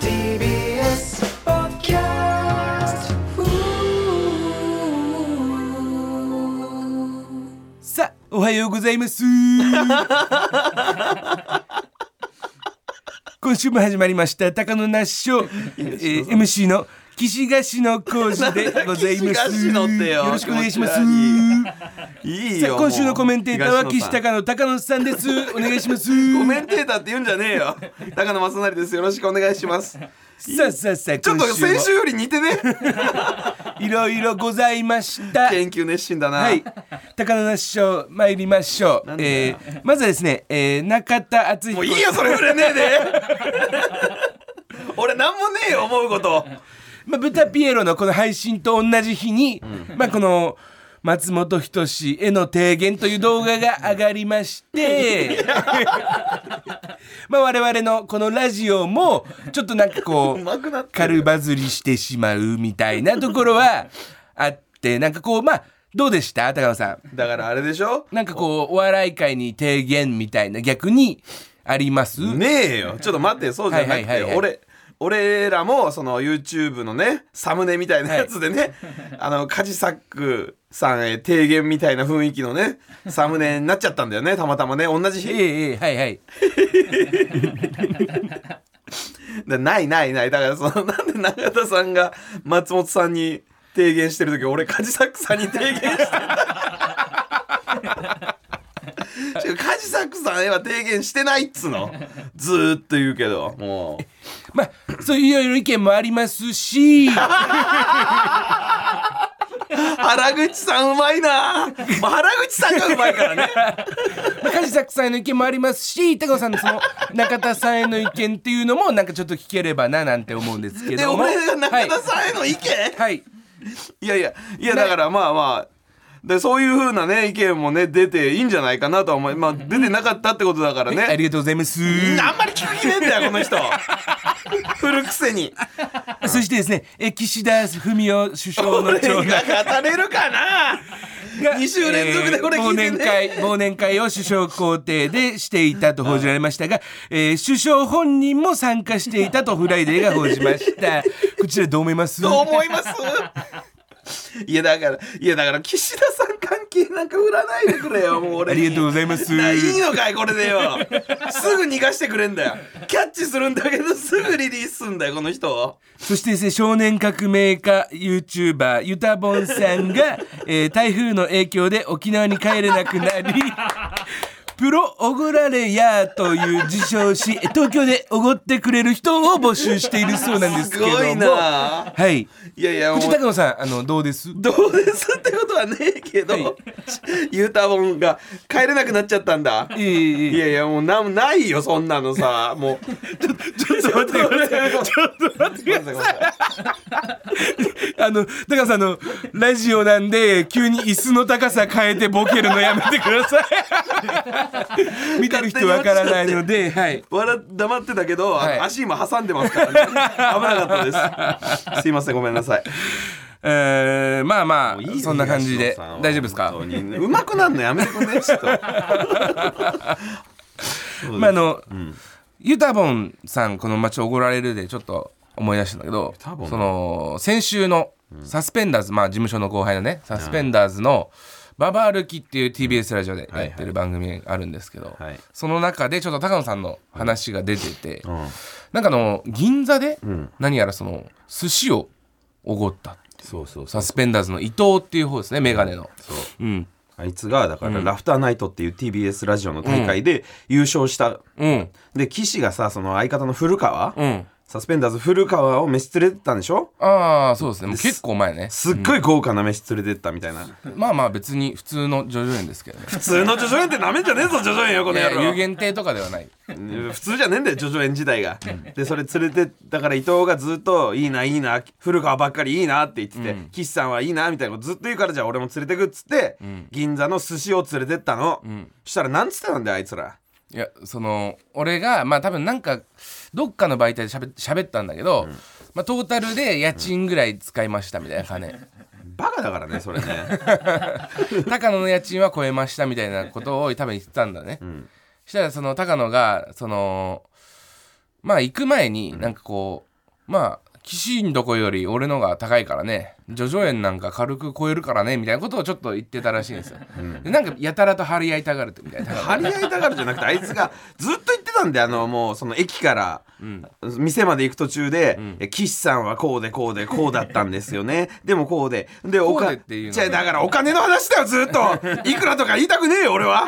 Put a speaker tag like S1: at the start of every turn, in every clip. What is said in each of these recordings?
S1: TBS ポッキャス
S2: さあおはようござい ます今週も始まりました高野那須賞、えー MC の岸菓子の講師でございます
S1: 岸ヶ島ってよ
S2: よろしくお願いします
S1: 気持いい
S2: さ
S1: よ
S2: あ今週のコメンテーターは岸
S1: 高
S2: 高野高野さんですお願いします
S1: コメンテーターって言うんじゃね えよ高野正成ですよろしくお願いします
S2: さあさあさあ
S1: ちょっと
S2: 今週も
S1: 先週より似 てね
S2: いろいろございました
S1: 研究熱心だな、
S2: はい、高野那師匠参りましょう
S1: なん。だ
S2: えー、まずはですね、えー、中田敦
S1: も
S2: 彦
S1: ういいよそれ触れねえで 俺なんもねえよ思うこと
S2: まあ、ブタピエロのこの配信と同じ日に、まあ、この松本人志への提言という動画が上がりま して、まあ、我々のこのラジオも、ちょっとなんかこ
S1: う
S2: う、
S1: まくなって
S2: 軽バズりしてしまうみたいなところはあって、なんかこう、まあ、どうでした高野さん。
S1: だからあれでしょ
S2: なんかこう、お笑い界に提言みたいな、逆にあります、
S1: ねえよちょっと待ってそうじゃなくて、
S2: はいはいはいはい
S1: 俺俺らもその YouTube のねサムネみたいなやつでね、あのカジサックさんへ提言みたいな雰囲気のねサムネになっちゃったんだよねたまたまね同じ
S2: え
S1: 日
S2: えええ、はいはい。
S1: だないないないだからその なんで永田さんが松本さんに提言してる時俺カジサックさんに提言して た違うカジサックさんへは提言してないっつうのずーっと言うけどもう。
S2: まあ、そういういろいろ意見もあります し、
S1: 原口さんうまいな、まあ、原口さんがうまいからね
S2: まあ、梶作さんへの意見もありますし、高野さんの その、中田さんへの意見っていうのも、なんかちょっと聞ければな、なんて思うんですけ
S1: で
S2: ども。
S1: 俺が中田
S2: は
S1: さんへの意見、
S2: い。はい。
S1: い、やいやいやだからまあまあでそういう風なね意見もね出ていいんじゃないかなとは思いまあ出てなかったってことだから
S2: あ
S1: ね
S2: りがとうございます。
S1: あんまり聞く気ねえんだよこの人古くせに
S2: そしてですね、え岸田文雄首相の
S1: 俺
S2: 長男
S1: が語れるかな
S2: が
S1: 二週連続でこれ聞いて
S2: 忘
S1: ね
S2: 年会忘年会を首相公邸でしていたと報じられましたが、えー首相本人も参加していたとフライデーが報じましたこちらどう思います
S1: どう思いますいやだからいやだから岸田さん関係なんか売らないでくれよも
S2: あ
S1: う俺に
S2: りがとうございます
S1: ないいのかいこれでよすぐ逃がしてくれんだよキャッチするんだけどすぐリリースすんだよこの人
S2: そしてですね少年革命家 YouTuber ゆたぼんさん が、えー台風の影響で沖縄に帰れなくなりプロおごられやーという自称し東京でおごってくれる人を募集しているそうなんですけ
S1: す
S2: れども
S1: ごいな
S2: はい
S1: いやいやもう
S2: 藤高野さんあのどうです
S1: どうですってことはねえけど、
S2: はい
S1: ゆうたぼんが帰れなくなっちゃったんだ
S2: いえいえいえ
S1: いやいやもうなんないよそんなのさも うちょっと待ってくださいちょっと待ってください
S2: あの高野さんあのラジオなんで急に椅子の高さ変えてボケるのやめてくださ い見てる人わからないのではい
S1: 笑黙ってたけど、あの
S2: はい
S1: 足今挟んでますからね危なかった ですすいませんごめんなさい
S2: えー、まあまあ
S1: いいよ
S2: そんな感じで
S1: 東野さんは
S2: 大丈夫ですか
S1: 本当にうまくなんのやめてく んねちょっとそう
S2: まあ
S1: で
S2: あの、ユタボンさんこの「街おごられる」でちょっと思い出したんだけど
S1: タボン
S2: その先週のサスペンダーズ、まあ事務所の後輩のねサスペンダーズの「ババ歩き」っていう TBS ラジオでやってる番組あるんですけど、
S1: はい
S2: その中でちょっと高野さんの話が出てて、
S1: す
S2: なんかあの銀座で
S1: ん
S2: 何やらその寿司をおごった
S1: そうそうそう
S2: サスペンダーズの伊藤っていう方ですねメガネの。
S1: そう
S2: うん
S1: あいつがだから「ラフターナイト」っていう TBS ラジオの大会で優勝した、
S2: うん
S1: で岸がさその相方の古川、
S2: うん
S1: サスペンダーズ古川を飯連れてったんでしょ
S2: ああそうですねもう結構前ね
S1: すっごい豪華な飯連れてったみたいな、
S2: まあまあ別に普通の叙々苑ですけ どね
S1: 普通の叙々苑ってなめんじゃねえぞ叙々苑よこ
S2: い
S1: の野
S2: や
S1: 郎
S2: 有限定とかではない
S1: うん普通じゃねえんだよ叙々苑時代が、でそれ連れてだから伊藤がずっと「いいないいな古川ばっかりいいな」って言ってて、岸さんはいいなみたいなことずっと言うからじゃあ俺も連れてくっつって、銀座の寿司を連れてったの、そしたらなんつってたんだよあいつら
S2: いやその俺がまあ多分なんかどっかの媒体でしゃべ喋ったんだけど、まあ、トータルで家賃ぐらい使いましたみたいな金、
S1: バカだからねそれね
S2: 高野の家賃は超えましたみたいなことを多分言ってたんだね、したらその高野がそのまあ行く前になんかこう、まあ岸んとこより俺のが高いからね叙々苑なんか軽く超えるからねみたいなことをちょっと言ってたらしいんですよ、でなんかやたらと張り合いたがるみたいな
S1: 張り合いたがるじゃなくてあいつがずっと言ってたんであのもうその駅から店まで行く途中で「え岸さんはこうでこうでこうだったんです よねでもこうでで
S2: こ
S1: お
S2: う
S1: か
S2: でっていうのは
S1: じゃあだからお金の話だよずっ といくらとか言いたくねえよ俺は」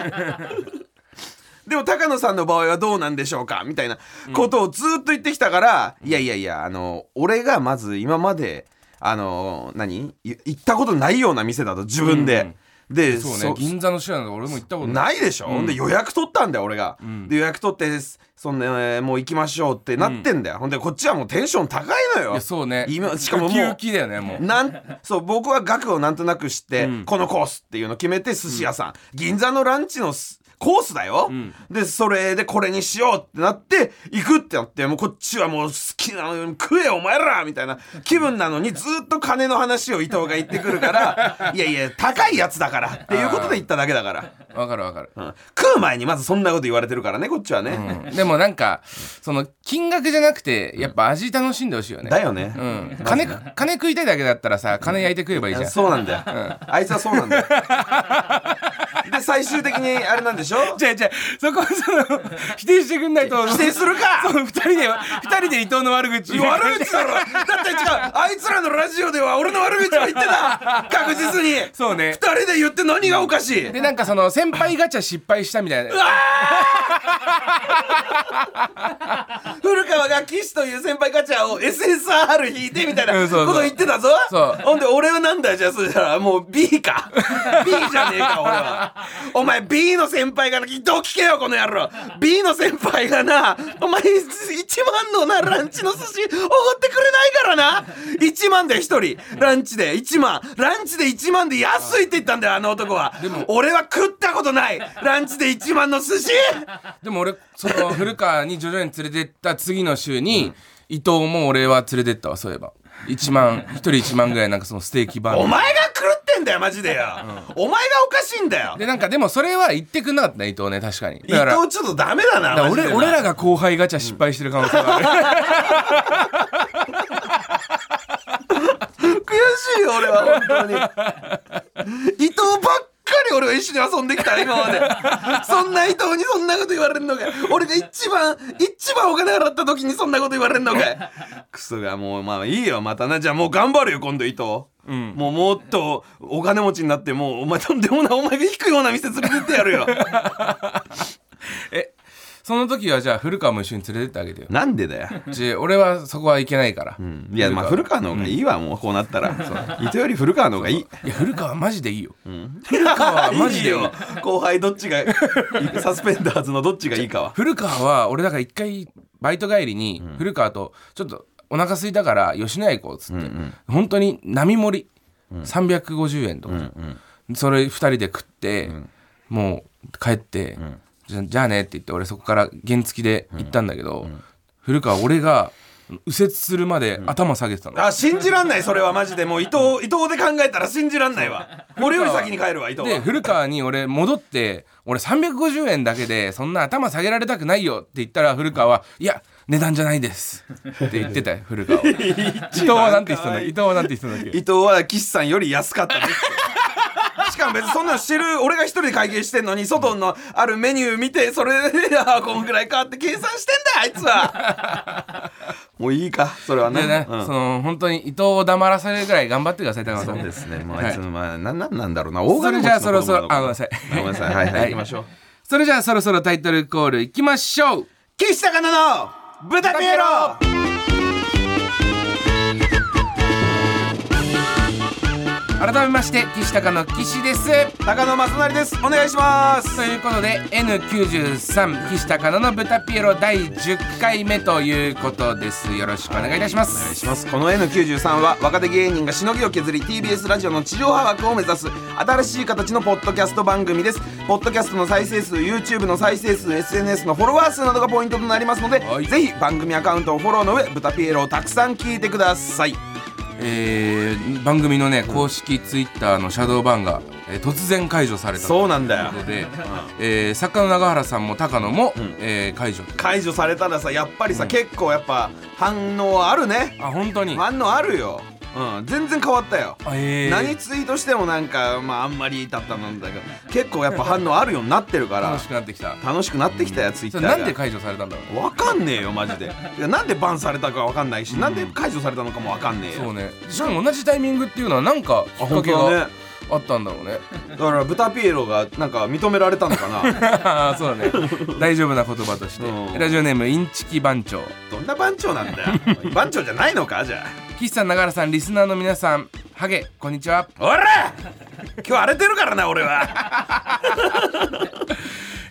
S1: でも高野さんの場合はどうなんでしょうかみたいなことをずっと言ってきたから、いやいやいやあの俺がまず今まであの何い行ったことないような店だと自分で、で
S2: そうね
S1: そ
S2: 銀座のシェアなんか俺も行ったことない
S1: ないでしょ、ほん、で予約取ったんだよ俺が、で予約取ってそんで、えーもう行きましょうってなってんだよ、ほんでこっちはもうテンション高いの
S2: い
S1: よ
S2: やそうね
S1: 今しかももう
S2: ウキウキだよねもう
S1: なんそう僕は額をなんとなく知って、このコースっていうの決めて寿司屋さん、銀座のランチのすコースだよ、でそれでこれにしようってなって行くってなってもうこっちはもう好きなのに食えお前らみたいな気分なのにずっと金の話を伊藤が言ってくるから いやいや高いやつだからっていうことで言っただけだから。
S2: わかるわかる
S1: うん食う前にまずそんなこと言われてるからねこっちはね、
S2: でもなんかその金額じゃなくてやっぱ味楽しんでほしいよね
S1: だよね、
S2: うん、金金食いたいだけだったらさ金焼いて食えばいいじゃん
S1: そうなんだよ、あいつはそうなんだよ で最終的にあれなんでしょ
S2: 違う違うそこそ の否定してくんないと
S1: 否定するか
S2: そう二人で二人で伊藤の悪口
S1: 悪口だろだって違うあいつらのラジオでは俺の悪口を言ってた確実に
S2: そう
S1: 二
S2: ね
S1: 人で言って何がおかしい
S2: でなんかその先輩ガチャ失敗したみたいな
S1: 古川が岸という先輩ガチャを SSR 引いてみたいな
S2: うんそうそう
S1: こと言ってたぞ
S2: そう
S1: ほんで俺はなんだよじゃあそしたらもう B か B じゃねえか俺はお前 B の先輩がなどう聞けよこの野郎 B の先輩がなお前1万のなランチの寿司おごってくれないからな1万で1人ランチで1万ランチで1万で安いって言ったんだよあの男は
S2: でも
S1: 俺は食ったことないランチで1万の寿司
S2: でも俺その古川に徐々に連れてった次の週に、伊藤も俺は連れてったわそういえば1万 一人1万ぐらいなんかそのステーキバーガー
S1: お前が狂ってんだよマジでよ、お前がおかしいんだよ
S2: でなんかでもそれは言ってくんなかったね伊藤ね確かに
S1: 伊
S2: だから
S1: 藤ちょっとダメだ
S2: だ
S1: な
S2: から
S1: マジで
S2: 俺
S1: な
S2: 俺らが後輩ガチャ失敗してる可能性が ある、
S1: 悔しいよ俺は本当に伊藤ばっかり俺は一緒に遊んできた今までそんな伊藤にそんなこと言われるのかい俺が一番一番お金払った時にそんなこと言われるのかいクソがもうまあいいよまたなじゃあもう頑張るよ今度伊藤
S2: うん
S1: もうもっとお金持ちになってもうお前とんでもないお前が引くような店連れてってや るよ
S2: えその時はじゃあ古川も一緒に連れてってあげてよ
S1: なんでだよ
S2: じゃあ俺はそこはいけないから、
S1: うんいやまあ古川の方がいいわ、もうこうなったら伊藤より古川の方がいい
S2: いや古川マジでいいよ、
S1: 古
S2: 川はマジでいい
S1: よ後輩どっちが サスペンダーズのどっちがいいかは
S2: 古川は俺だから一回バイト帰りに古川とちょっとお腹空いたから吉野家行こうっつって、本当に並盛り、350円とか、それ2人で食って、もう帰って、じゃじゃあねって言って俺そこから原付で行ったんだけど、古川俺が右折するまで頭下げてたの、
S1: あ信じらんないそれはマジでもう伊藤伊藤で考えたら信じらんないわ俺より先に帰るわ伊藤
S2: で
S1: は
S2: 古川に俺戻って俺350円だけでそんな頭下げられたくないよって言ったら古川は「いや値段じゃないです」って言って たよ古川は伊藤はなんて人だ伊藤はなんて人だっ
S1: 伊
S2: け
S1: 藤は岸さんより安かったですしかも別にそんなの知る俺が一人で会計してんのに外のあるメニュー見てそれでああこんぐらいかって計算してんだあい つはもういいかそれはね
S2: でね、
S1: うん
S2: その本当に伊藤を黙らせるぐらい頑張ってください高野さ
S1: そ
S2: ん
S1: うですね。もうあいつの、まあ、なんなんなんだろうな。大
S2: そ
S1: 金
S2: れ
S1: 持ち
S2: じ
S1: の
S2: ゃあそろそろ
S1: 子供だ
S2: あごめんなさい
S1: ごめんなさい。はいはい。
S2: はい
S1: 行きましょう。
S2: それじゃあそろそろタイトルコールいきましょう
S1: 岸高野の豚ピエロ
S2: 改めまして岸高野岸です
S1: 高野正成です。お願いします。
S2: ということで N93 岸高野の豚ピエロ第10回目ということですよろしくお願いいたします、
S1: お願いしますこの N93 は若手芸人がしのぎを削り TBS ラジオの地上波枠を目指す新しい形のポッドキャスト番組ですポッドキャストの再生数 YouTube の再生数 SNS のフォロワー数などがポイントとなりますので、
S2: はい
S1: ぜひ番組アカウントをフォローの上「ブタピエロ」をたくさん聞いてください
S2: えー番組のね公式ツイッターのシャドーバンが、えー突然解除された
S1: そう
S2: と
S1: なんだ
S2: いう
S1: よ
S2: ことで、えー作家の永原さんも高野も、
S1: ん
S2: えー解除と
S1: 解除されたらさやっぱりさ、
S2: うん
S1: 結構やっぱ反応あるね
S2: あ本当に、
S1: 反応あるよ、うん、全然変わったよ
S2: あえー
S1: 何ツイートしてもなんかまああんまりだったなんだけど結構やっぱ反応あるようになってるから
S2: 楽しくなってきた
S1: 楽しくなってきたやつい
S2: そ
S1: た
S2: れなんで解除されたんだろうね
S1: わかんねえよマジでいやなんでバンされたかわかんないし、なんで解除されたのかもわかんねえよ
S2: そうねしかも同じタイミングっていうのはなんかき
S1: あ
S2: っか
S1: 本
S2: け
S1: 当だ
S2: が
S1: ね
S2: あったんだろうね
S1: だからブタピエロがなんか認められたのか な
S2: あーそうだね大丈夫な言葉として、
S1: うん
S2: ラジオネームインチキ番長
S1: どんな番長なんだよ番長じゃないのかじゃ
S2: 岸さん永原さんリスナーの皆さんハゲこんにちは
S1: あおら今日荒れてるからな俺 は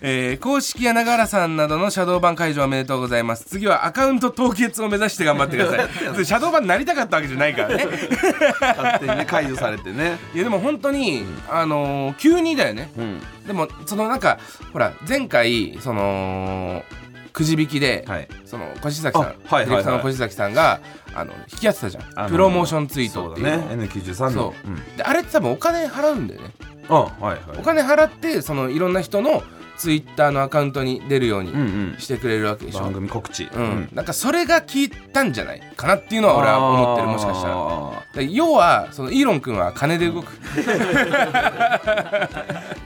S2: えー公式や永原さんなどのシャドー版解除おめでとうございます次はアカウント凍結を目指して頑張ってくだ さいシャドー版になりたかったわけじゃないからね
S1: 勝手にね解除されてね
S2: いやでも本当に、あのー急にだよね
S1: うん
S2: でもそのなんかほら前回そのくじ引きで、
S1: はい
S2: その越崎さん、
S1: あはいはいはい
S2: ディレクターの越崎さんがあの引き合ってたじゃんプロモーションツイートっていうのを
S1: そうだね N93 の
S2: そうであれって多分お金払うんだよね
S1: うん、あはいはい
S2: お金払ってそのいろんな人のツイッターのアカウントに出るように
S1: うんうん
S2: してくれるわけでしょ、
S1: 番組告知
S2: うんなんかそれが効いたんじゃないかなっていうのは俺は思ってるもしかしたらだから
S1: ら
S2: 要はそのイーロン君は金で動く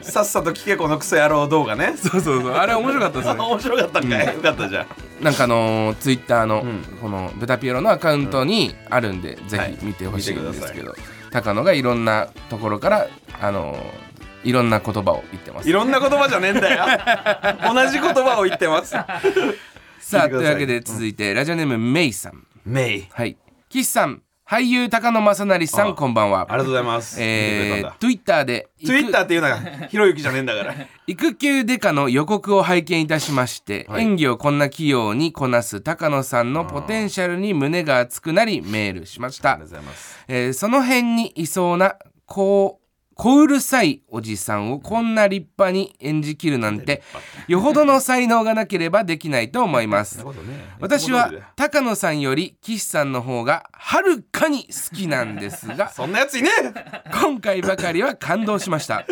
S1: さっさと聞けこのクソ野郎動画ね
S2: そうそうそうあれ面白かった ですね
S1: 面白かったんかい、よかったじゃん
S2: なんかあのツイッター Twitter の
S1: うん
S2: このブタピエロのアカウントにあるんで、ぜひ見てほしいんですけど、高野がいろんなところからあのーいろんな言葉を言ってます
S1: いろんな言葉じゃねえんだよ同じ言葉を言ってます
S2: さ
S1: 聞
S2: あ
S1: いて
S2: という
S1: ください
S2: わけで続いて、ラジオネームメイさん
S1: メイ
S2: はい岸さん俳優高野正成さん
S1: あ
S2: こんばんは
S1: ありがとうございます
S2: えー、Twitter で
S1: ツイッターっていうのがひろゆきじゃねえんだ から
S2: 育休デカの予告を拝見いたしまして、
S1: はい
S2: 演技をこんな器用にこなす高野さんのポテンシャルに胸が熱くなりメールしました、
S1: ございます
S2: えーその辺にいそうなこう小うるさいおじさんをこんな立派に演じきるなんて よほどの才能がなければできないと思います私は高野さんより岸さんの方がはるかに好きなんです が
S1: そんなやついね
S2: 今回ばかりは感動しました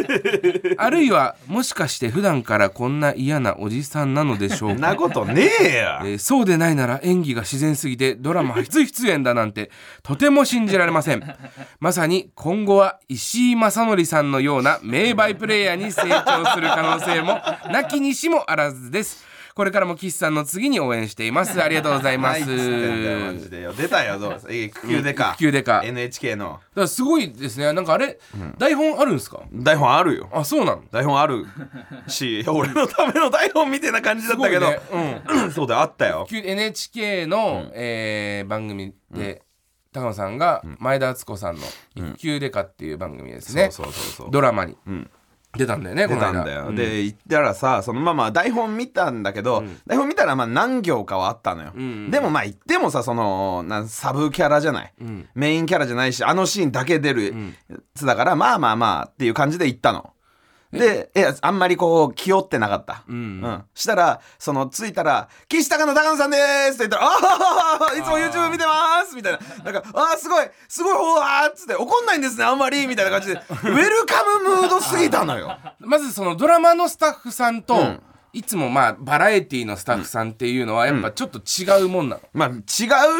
S2: あるいはもしかして普段からこんな嫌なおじさんなのでしょ
S1: え
S2: うん か、
S1: なことねえや
S2: えーそうでないなら演技が自然すぎてドラマ初出演だなんてとても信じられませんまさに今後は石井正則さんのような名バイプレイヤーに成長する可能性もなきにしもあらずですこれからも岸さんの次に応援していますありがとうございま
S1: ないっつってんだよマ
S2: す
S1: ジでよ出たよどうせ育休でか
S2: 育休デカ
S1: NHK の
S2: だからすごいですねなんかあれ、台本あるんですか
S1: 台本あるよ
S2: あそうなの
S1: 台本ある し俺のための台本みたいな感じだったけど、
S2: すごいね
S1: そうだよあったよ
S2: きゅ NHK の、えー番組で、高野さんが前田敦子さんの「一級デカ」っていう番組ですね、
S1: そうそうそうそう
S2: ドラマに
S1: ん
S2: 出たんだよね、こ
S1: 出
S2: の
S1: た
S2: 間
S1: んだよ、で行ったらさそのまあまあ台本見たんだけど、台本見たらまあ何行かはあったのよ、でもまあ言ってもさそのなんサブキャラじゃない、メインキャラじゃないしあのシーンだけ出るやつだから、まあまあまあっていう感じで行ったの。でいやあんまりこう気負ってなかった、うんしたらその着いたら「岸高野高野さんです」って言ったら「ああいつも YouTube 見てます」みたいななんか「ああすごいすごいほわ」っつって「怒んないんですねあんまり」みたいな感じ でウェルカムムードすぎたのよ。
S2: まずそのドラマのスタッフさんと、いつもまあバラエティのスタッフさんっていうのはやっぱちょっと違うもんなの、
S1: まあ違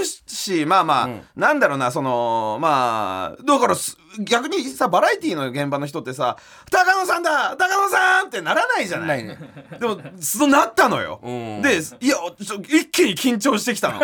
S1: うしまあまあ、なんだろうなそのまあだからす逆にさバラエティの現場の人ってさ「高野さんだ高野さん!」ってならないじゃな
S2: ないいね
S1: でもそうなったのよ
S2: うん
S1: でいやちょ一気に緊張してきた の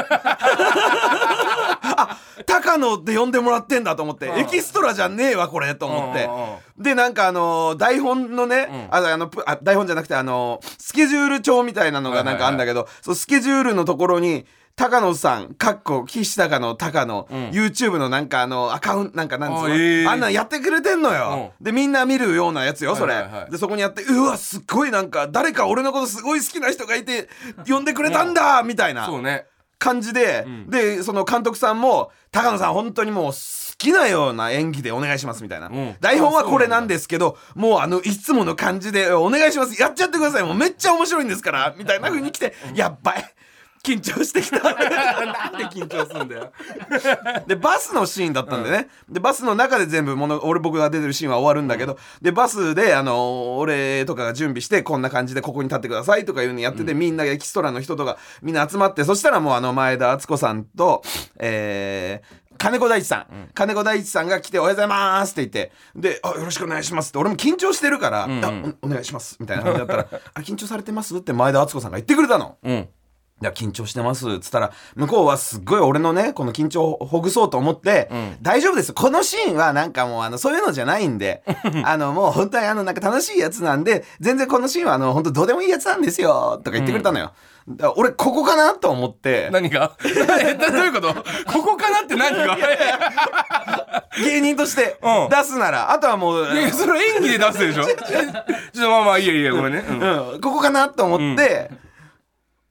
S1: あ高野で呼んでもらってんだと思ってエキストラじゃねえわこれと思って
S2: うんうんうん
S1: でなんかあのー台本のね、ああのプあ台本じゃなくてあのースケジュール帳みたいなのがなんかあんだけど、そうスケジュールのところに高野さん、かっこ、岸高野、高野、YouTube のなんかあの、アカウント、なんかなんつうの、
S2: あええ
S1: あんなんやってくれてんのよ、で、みんな見るようなやつよ、それ。
S2: はいはいはい
S1: で、そこにやって、うわ、すっごいなんか、誰か俺のことすごい好きな人がいて、呼んでくれたんだ、みたいな。
S2: そうね
S1: 感じで、でその監督さんも「高野さん本当にもう好きなような演技でお願いします」みたいな、
S2: ん
S1: 台本はこれなんですけどもうあのいつもの感じで「お願いしますやっちゃってくださいもうめっちゃ面白いんですから」みたいな風に来て「やっばい
S2: 緊張してきた なんで緊張すんだよ
S1: でバスのシーンだったんでね、でバスの中で全部もの俺僕が出てるシーンは終わるんだけど、でバスであの俺とかが準備してこんな感じでここに立ってくださいとかいうのやってて、みんなエキストラの人とかみんな集まってそしたらもうあの前田敦子さんとえー金子大地さん、金子大地さんが来て「おはようございます」って言って「であよろしくお願いします」って俺も緊張してるから「あおお願いします」みたいな感じだったら 「あ緊張されてます?」って前田敦子さんが言ってくれたの。
S2: うん
S1: いや緊張してますっつったら向こうはすっごい俺のねこの緊張をほぐそうと思って、大丈夫ですこのシーンはなんかもうあのそういうのじゃないん であのもう本当にあのなんか楽しいやつなんで全然このシーンはあの本当どうでもいいやつなんですよとか言ってくれたのよ、だから俺ここかなと思って
S2: 何が えどういうことここかなって何が
S1: 芸人として
S2: うん
S1: 出すなら、あとはもう、
S2: いやそれ演技で出すで しょちょっとまあまあいいやいいやごめんね、うん
S1: うんここかなと思って、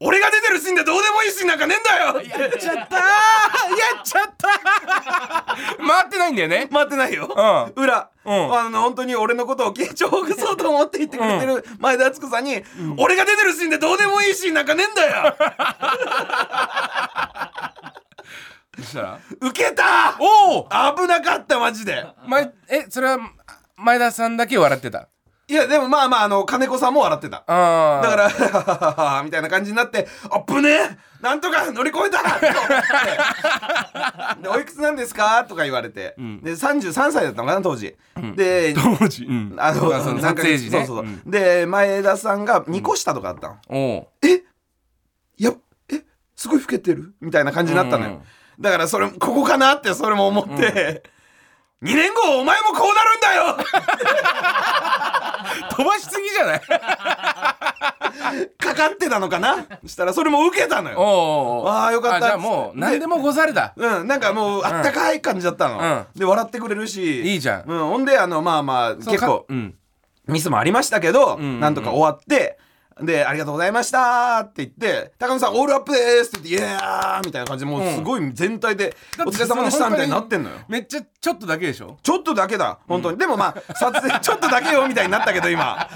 S1: 俺が出てるシーンでどうでもいいシーンなんかねえんだよやっちゃったー やっちゃった
S2: 回ってないんだよね
S1: 待ってないよ、
S2: う
S1: 裏、
S2: うん
S1: あの本当に俺のことを緊張をほぐそうと思って言ってくれてる前田敦子さんに、俺が出てるシーンでどうでもいいシーンなんかねえんだよ
S2: そしたら
S1: ウケた
S2: おお
S1: 危なかったマジで
S2: えそれは前田さんだけ笑ってた
S1: いやでもまあまああの金子さんも笑ってた
S2: ああ
S1: だから「は はははみたいな感じになって「あっぶねえなんとか乗り越えた!」と思ってで「おいくつなんですか?」とか言われて、で33歳だったのかな当時、 で
S2: 当時うん
S1: あの
S2: その
S1: なん
S2: 撮
S1: か
S2: 影時ね
S1: そうそうそう、で前田さんが2個下とかあったの、
S2: おう
S1: えやえすごい老けてるみたいな感じになったのよ、
S2: うん
S1: だからそれここかなってそれも思って、2年後お前もこうなるんだよ
S2: 飛ばしすぎじゃない
S1: かかってたのかなしたらそれも受けたの
S2: おう
S1: よ、
S2: おうおう
S1: あーよかった
S2: じゃあもう何でもござれだ
S1: うん、なんかもうあったかい感じだったの、で笑ってくれるし
S2: いいじゃん
S1: うん、ほんであのまあまあ結構
S2: うん
S1: ミスもありましたけど、
S2: んうん
S1: なんとか終わってで「ありがとうございました」って言って「高野さんオールアップです」って言って「イエーイ!」みたいな感じでもうすごい全体で「お疲れ様でした」みたいになってんのよ。
S2: めっちゃちょっとだけでしょ
S1: ちょっとだけだ本当に、でもまあ撮 影ちょっとだけよみたいになったけど今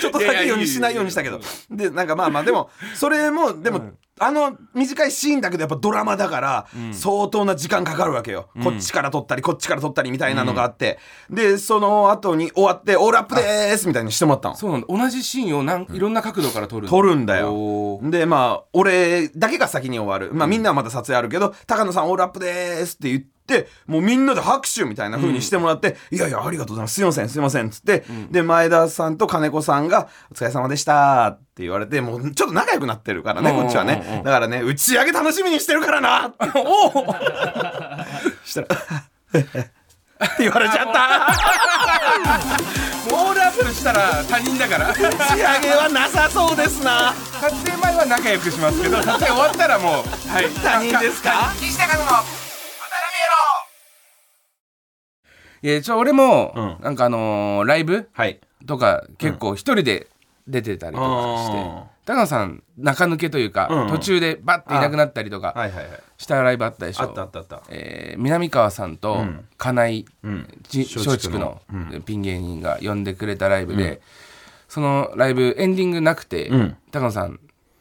S1: ちょっとだけようにしないようにしたけどでなんかまあまあでもそれもでも、あの短いシーンだけどやっぱドラマだから相当な時間かかるわけよ、こっちから撮ったりこっちから撮ったりみたいなのがあって、でその後に終わって「オールアップでーす」みたいにしてもらったの
S2: そうなんだ同じシーンをなんいろんな角度から撮る
S1: 撮るんだよ
S2: おー
S1: でまあ俺だけが先に終わる、まあ、みんなはまだ撮影あるけど「高野さんオールアップでーす」って言ってもうみんなで拍手みたいな風にしてもらって「いやいやありがとうございますすいませんすいません」っつって、で前田さんと金子さんが「お疲れ様でした」って言われてもうちょっと仲良くなってるからね
S2: うんうん
S1: こっちはね、
S2: うんうん
S1: だからね「打ち上げ楽しみにしてるからな」って
S2: おお
S1: したらって 言われちゃった
S2: オールアップしたら他人だから撮
S1: 打ち上げはなさそうですな
S2: 影前は仲良くしますけど撮影終わったらもうはい
S1: 他人ですか
S2: 岸田和の渡辺エロいやちょ俺も、
S1: うん
S2: なんかあのーライブ
S1: はい
S2: とか結構一人で出てたりとかして、
S1: うん
S2: 高野さん中抜けというか、
S1: うんうん
S2: 途中でバッていなくなったりとか
S1: はいはいはい
S2: したライブあったでしょ、
S1: あったあったあった
S2: えー南川さんと
S1: ん
S2: 金井
S1: ん
S2: じ
S1: 松
S2: 松
S1: 竹
S2: 竹
S1: の
S2: のピン芸人が呼んでくれたライブで、そのライブエンディングなくて、
S1: ん
S2: 高野さん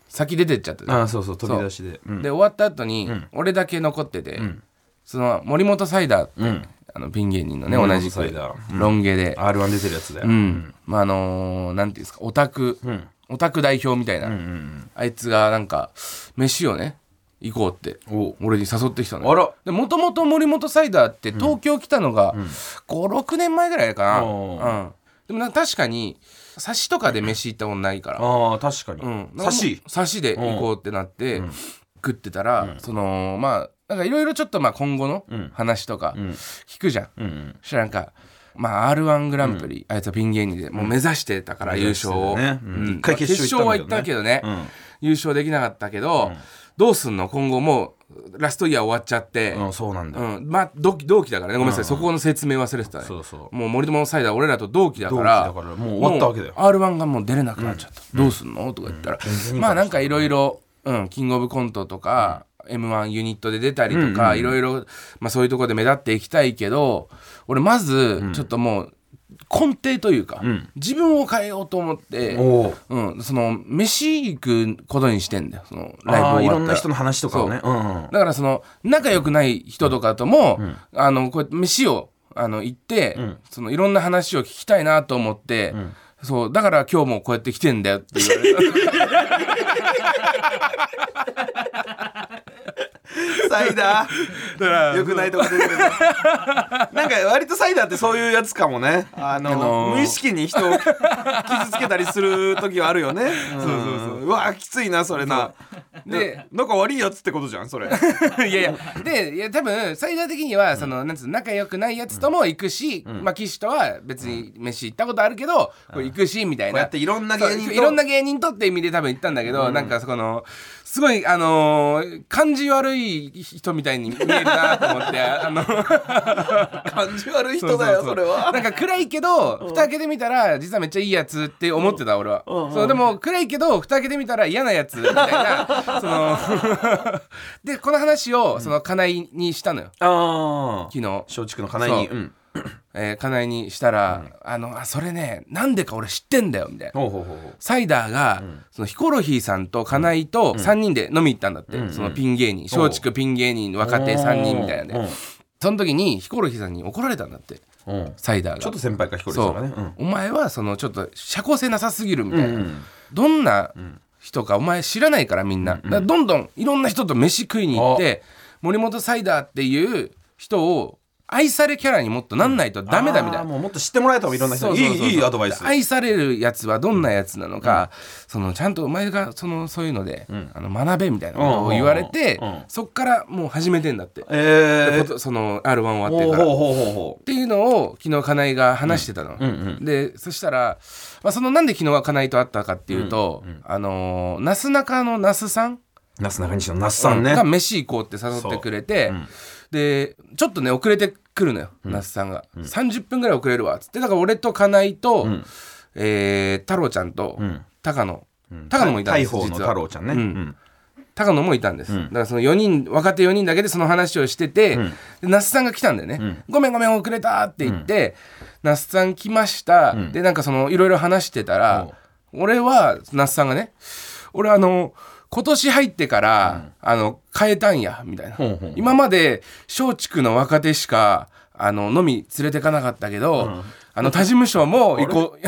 S2: 先出てっちゃったじゃん
S1: ああそうそう飛び出しでうん
S2: で終わった後に俺だけ残ってて、その森本サイダーって、あのピン芸人のね
S1: 森本
S2: 同じ
S1: サイ
S2: く
S1: ダー
S2: ロン毛で、
S1: R1 出てるやつだよ、
S2: うんまああのーなんていうんですかオタク、オタク代表みたいな、あいつがなんか飯をね行こうって
S1: おう
S2: 俺に誘ってきたの
S1: あら
S2: でもともと森本サイダーって東京来たのが56年前ぐらいかな、
S1: お
S2: う
S1: ー
S2: ん、でもなんか確かにサシとかで飯行ったことないから
S1: ああ確かに、
S2: うん、
S1: 差し
S2: 差しで行こうってなって、食ってたら、そのまあなんかいろいろちょっとまあ今後の話とか聞くじゃん、
S1: ん
S2: そしたらなんか、まあ、r 1グランプリ、あいつはピン芸人でもう目指してたから優勝を、
S1: 目指してたねうん一回決勝
S2: まあ
S1: 行
S2: は行っ
S1: ったんだ
S2: た
S1: け
S2: けどね、
S1: ん
S2: 優勝できなかったけど、どうすんの今後もうラストイヤー終わっちゃって、
S1: うんそうなんだよ、
S2: うん、まあ同期同期だからねごめんなさい、そこの説明忘れてたね
S1: そうそう
S2: もう森友のサイダー俺らと同期だから
S1: 同期だからもう終わったわけだよ
S2: r 1がもう出れなくなっちゃった、どうすんのとか言ったら、まあなんかいろいろうんキングオブコントとか、m 1ユニットで出たりとかいろいろまあそういうところで目立っていきたいけど俺まずちょっともう根底というか、
S1: ん
S2: 自分を変えようと思って、
S1: おー
S2: うん、その飯行くことにしてんだよそのライブ終わった
S1: あ
S2: ら
S1: ーいろんな人の話とかをね
S2: そう
S1: うんうん
S2: だからその仲良くない人とかとも、あのこうやって飯をあの行って、そのいろんな話を聞きたいなと思って、そうだから今日もこうやって来てんだよ って言われた
S1: サイダ
S2: だから
S1: ーよくないとこ出てるなんか割とサイダーってそういうやつかもねあの、
S2: あのー
S1: 無意識に人を傷つけたりする時はあるよね そうそうそううわきついなそれな
S2: で
S1: で仲悪いやつってことじゃんそ れ
S2: いやいやでいや多分最終的にはその、なんつうの仲良くないやつとも行くし、まあ岸とは別に飯行ったことあるけど、こう行くしみたい
S1: こうや
S2: な
S1: っていろんな
S2: そう
S1: 芸人と
S2: いろんな芸人とって意味で多分言ったんだけど、なんかそこのすごいあのー感じ悪い人みたいに見えるなと思ってあの
S1: 感じ悪い人だよ
S2: うう
S1: そうれは
S2: なんか暗いけど蓋開けてみたら実はめっちゃいいやつって思ってた俺は、そうでも暗いけど蓋開けてみたら嫌なやつみたい なその でこの話をその金井にしたのよ
S1: あ
S2: 昨日
S1: 松竹の金井に
S2: そう
S1: うん
S2: えー、金井にしたら、あのあそれねなんでか俺知ってんだよみたいな
S1: ほうほうほうほう
S2: サイダーが、そのヒコロヒーさんと金井と3人で飲み行ったんだって、そのピン芸人
S1: おう
S2: 松竹ピン芸人若手3人みたいな
S1: う
S2: ね
S1: ん
S2: その時にヒコロヒーさんに怒られたんだって
S1: うん
S2: サイダーが
S1: ちょっと先輩かヒコリさ
S2: そ
S1: んがね
S2: う、お前はそのちょっと社交性なさすぎるみたいな、
S1: うんうん
S2: どんな人かお前知らないからみんな、だからどんどんいろんな人と飯食いに行って森本サイダーっていう人を愛されキャラにもっとなんないとダメだみたい
S1: あー
S2: な。
S1: もうもっと知ってもらえた方がいろんな人
S2: そう
S1: に
S2: そうそう
S1: いいいいアドバイス
S2: 愛されるやつはどんなやつなのか、そのちゃんとお前がそのそういうので、あの学べみたいなことを言われて、
S1: うんうんうんうん
S2: そっからもう始めてんだって、
S1: え
S2: ことその r 1終わっ
S1: ほう
S2: て
S1: ほ
S2: か
S1: う
S2: ら。
S1: ほうほうほ
S2: っていうのを昨日金井が話してたの、でそしたら、まあ、そのなんで昨日は金井と会ったかっていうと、あのーなすなかの那須さん
S1: うなすなかにしの那須さんね
S2: が飯行こうって誘ってくれて、でちょっとね遅れてくるのよ、那須さんが、30分ぐらい遅れるわっつってだから俺と金井と、えー太郎ちゃんと、高野高野もいたんです
S1: 大鵬の
S2: 実
S1: 太
S2: は
S1: 郎ちゃんね
S2: う
S1: うん
S2: 高野もいたんです、だからその4人若手4人だけでその話をしてて、で那須さんが来たんだよね「ごめんごめん遅れた」って言って、那須さん来ました、でなんかそのいろいろ話してたら、俺は那須さんがね俺あの今年入ってから、あの変えたんやみたいな、
S1: んほん
S2: 今まで松竹の若手しかあの飲み連れてかなかったけど、あの他事務所も行こう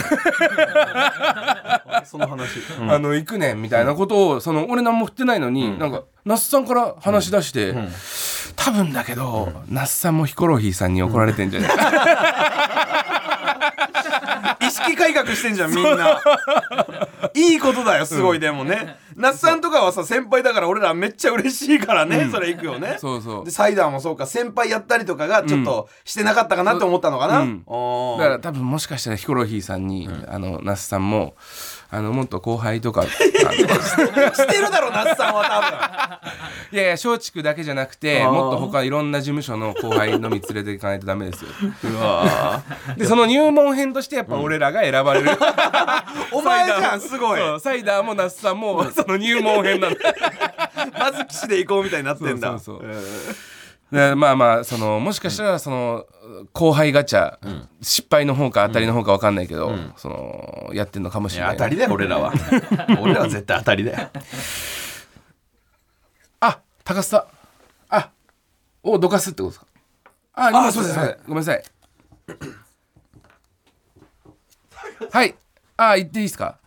S1: その話うん
S2: あの行くねんみたいなことをその俺何も振ってないのに、なんか那須さんから話し出して、多分だけど、那須さんもヒコロヒーさんに怒られてんじゃない か、
S1: 意識改革してんじゃんみんないいことだよすごいでもね那須さんとかはさ先輩だから俺らめっちゃ嬉しいからねそれ行くよね
S2: そうそう
S1: でサイダーもそうか先輩やったりとかがちょっとしてなかったかなって思ったのかな
S2: うん
S1: おー
S2: だから多分もしかしたらヒコロヒーさんに、あの那須さんもあのもっと後輩 とかあの
S1: してるだろ那須さんは多
S2: いやいや松竹だけじゃなくて
S1: あー
S2: もっと他いろんな事務所の後輩のみ連れていかないとダメです よ
S1: 分うわ
S2: でその入門編としてやっぱ俺らが選ばれる、
S1: お前じゃんすごい
S2: そうサイダーも那須さんもその入門編なんだ
S1: まず岸で行こうみたいになってんだ
S2: そうそうそうでまあまあそのもしかしたらその後輩ガチャ、失敗の方か当たりの方か分かんないけど、そのやってんのかもし
S1: い
S2: れ
S1: や
S2: ない
S1: 当たりだよ俺らは俺らは絶対当たりだよ
S2: あ高須さんあおどかすってことですかあ
S1: あそうです
S2: はいごめんなさいはいあ言っていいですか